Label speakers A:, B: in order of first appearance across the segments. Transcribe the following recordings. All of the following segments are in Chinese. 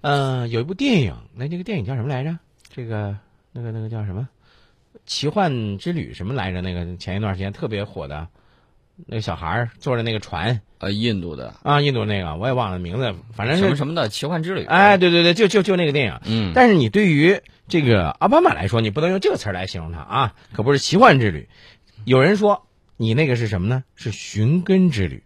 A: 呃，有一部电影，那那个电影叫什么来着？这个那个那个叫什么？奇幻之旅什么来着？那个前一段时间特别火的，那个小孩儿坐着那个船
B: 呃，印度的
A: 啊，印度那个我也忘了名字，反正
B: 什么
A: 是
B: 什么的奇幻之旅，
A: 哎，，对对对，就就就那个电影。
B: 嗯，
A: 但是你对于这个奥巴马来说，你不能用这个词儿来形容他啊，可不是奇幻之旅。有人说你那个是什么呢？是寻根之旅。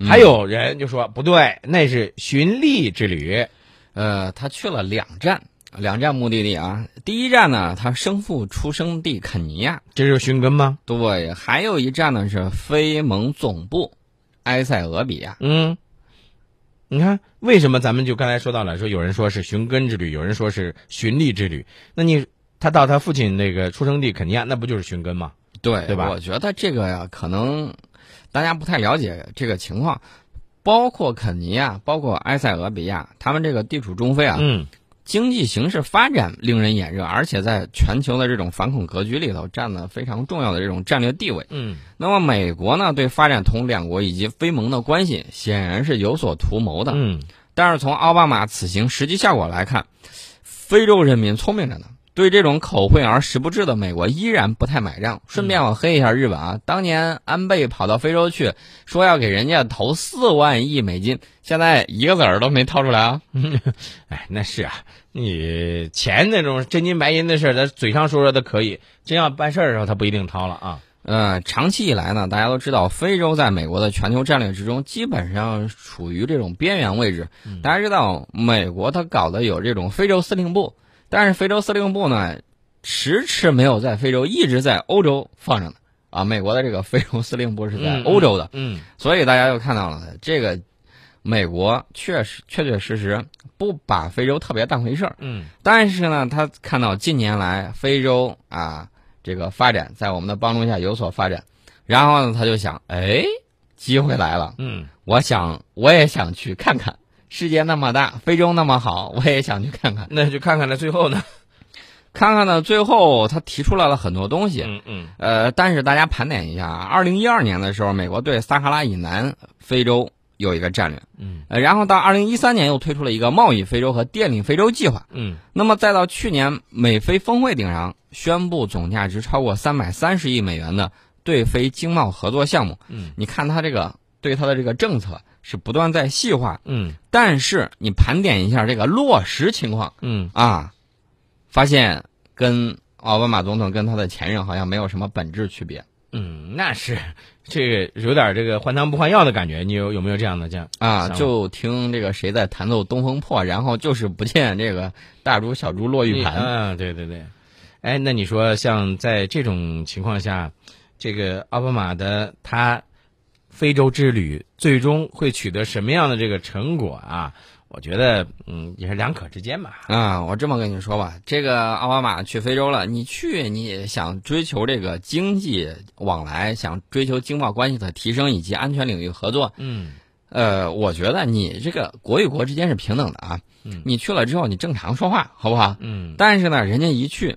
B: 嗯
A: 还有人就说不对，那是寻利之旅。
B: 呃，他去了两站，两站目的地啊。第一站呢，他生父出生地肯尼亚，
A: 这就是寻根吗？
B: 对，还有一站呢是非盟总部，埃塞俄比亚。
A: 嗯，你看为什么咱们就刚才说到了，说有人说是寻根之旅，有人说是寻利之旅。那你他到他父亲那个出生地肯尼亚，那不就是寻根吗？
B: 对，
A: 对吧
B: 我觉得这个呀，可能大家不太了解这个情况，包括肯尼亚，包括埃塞俄比亚，他们这个地处中非啊，
A: 嗯，
B: 经济形势发展令人眼热，而且在全球的这种反恐格局里头占了非常重要的这种战略地位。
A: 嗯，
B: 那么美国呢，对发展同两国以及非盟的关系显然是有所图谋的。
A: 嗯，
B: 但是从奥巴马此行实际效果来看，非洲人民聪明着呢，对这种口惠而实不至的美国依然不太买账。顺便我黑一下日本啊，当年安倍跑到非洲去，说要给人家投四万亿美金，现在一个子儿都没掏出来啊。
A: 哎，那是啊，你钱那种真金白银的事儿，咱嘴上说说都可以，真要办事儿的时候，他不一定掏了啊。
B: 呃，长期以来呢，大家都知道，非洲在美国的全球战略之中，基本上处于这种边缘位置。
A: 嗯
B: 大家知道，美国它搞的有这种非洲司令部，但是非洲司令部呢，迟迟没有在非洲，一直在欧洲放着呢。啊，美国的这个非洲司令部是在
A: 嗯
B: 欧洲的，
A: 嗯
B: 所以大家就看到了这个，美国确实确确实实不把非洲特别当回事儿。
A: 嗯
B: 但是呢，他看到近年来非洲啊这个发展在我们的帮助下有所发展，然后呢，他就想，哎，机会来了，
A: 嗯，
B: 我想我也想去看看，世界那么大，非洲那么好，我也想去看看。
A: 那就看看那最后呢。
B: 看看呢，最后他提出来了很多东西，
A: 嗯嗯
B: 呃，但是大家盘点一下，啊，二零一二年的时候，美国对撒哈拉以南非洲有一个战略，
A: 嗯
B: 呃，然后到二零一三年又推出了一个贸易非洲和电力非洲计划。
A: 嗯
B: 那么再到去年美非峰会顶上宣布总价值超过三百三十亿美元的对非经贸合作项目，
A: 嗯
B: 你看它这个对它的这个政策是不断在细化，
A: 嗯
B: 但是你盘点一下这个落实情况
A: 嗯
B: 啊，发现跟奥巴马总统跟他的前任好像没有什么本质区别
A: 嗯，那是这个有点这个换汤不换药的感觉。你有有没有这样的这样？
B: 啊，
A: 行
B: 就听这个谁在弹奏《东风破》，然后就是不见这个大珠小珠落玉
A: 你
B: 盘，
A: 嗯，对对对。哎，那你说像在这种情况下，这个奥巴马的他非洲之旅最终会取得什么样的这个成果啊？我觉得，嗯，也是两可之间吧。
B: 啊，我这么跟你说吧，这个奥巴马去非洲了，你去你想追求这个经济往来，想追求经贸关系的提升以及安全领域合作，
A: 嗯
B: 呃，我觉得你这个国与国之间是平等的啊，
A: 嗯
B: 你去了之后你正常说话好不好？
A: 嗯
B: 但是呢，人家一去，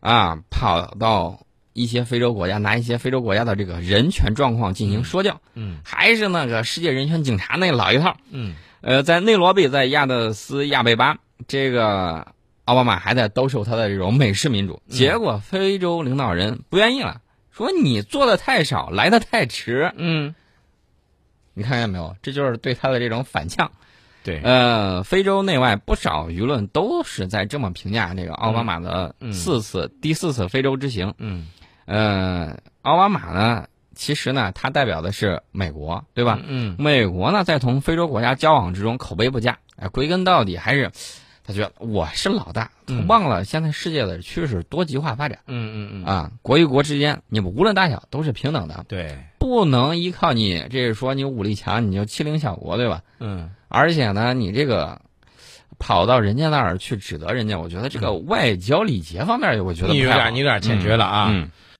B: 啊，跑到一些非洲国家，拿一些非洲国家的这个人权状况进行说教，
A: 嗯
B: 还是那个世界人权警察那老一套，
A: 嗯
B: 呃，在内罗毕，在亚的斯亚贝巴，这个奥巴马还在兜售他的这种美式民主，结果非洲领导人不愿意了，说你做的太少，来的太迟。
A: 嗯，
B: 你看见没有？这就是对他的这种反呛。
A: 对，
B: 呃，非洲内外不少舆论都是在这么评价这个奥巴马的四次、第四次非洲之行。
A: 嗯，
B: 呃，奥巴马呢，其实呢，他代表的是美国，对
A: 对
B: 吧？
A: 嗯
B: 美国呢，在同非洲国家交往之中口碑不佳，哎，归根到底还是他觉得我是老大，
A: 嗯
B: 忘了现在世界的趋势多极化发展
A: 嗯嗯嗯嗯，
B: 啊，国与国之间你们无论大小都是平等的，
A: 对，
B: 不能依靠你这是说你武力强你就欺凌小国，对吧？
A: 嗯
B: 而且呢，你这个跑到人家那儿去指责人家，我觉得这个外交礼节方面，我觉得
A: 嗯你
B: 不
A: 有
B: 太好
A: 点你有点欠缺了啊。
B: 嗯。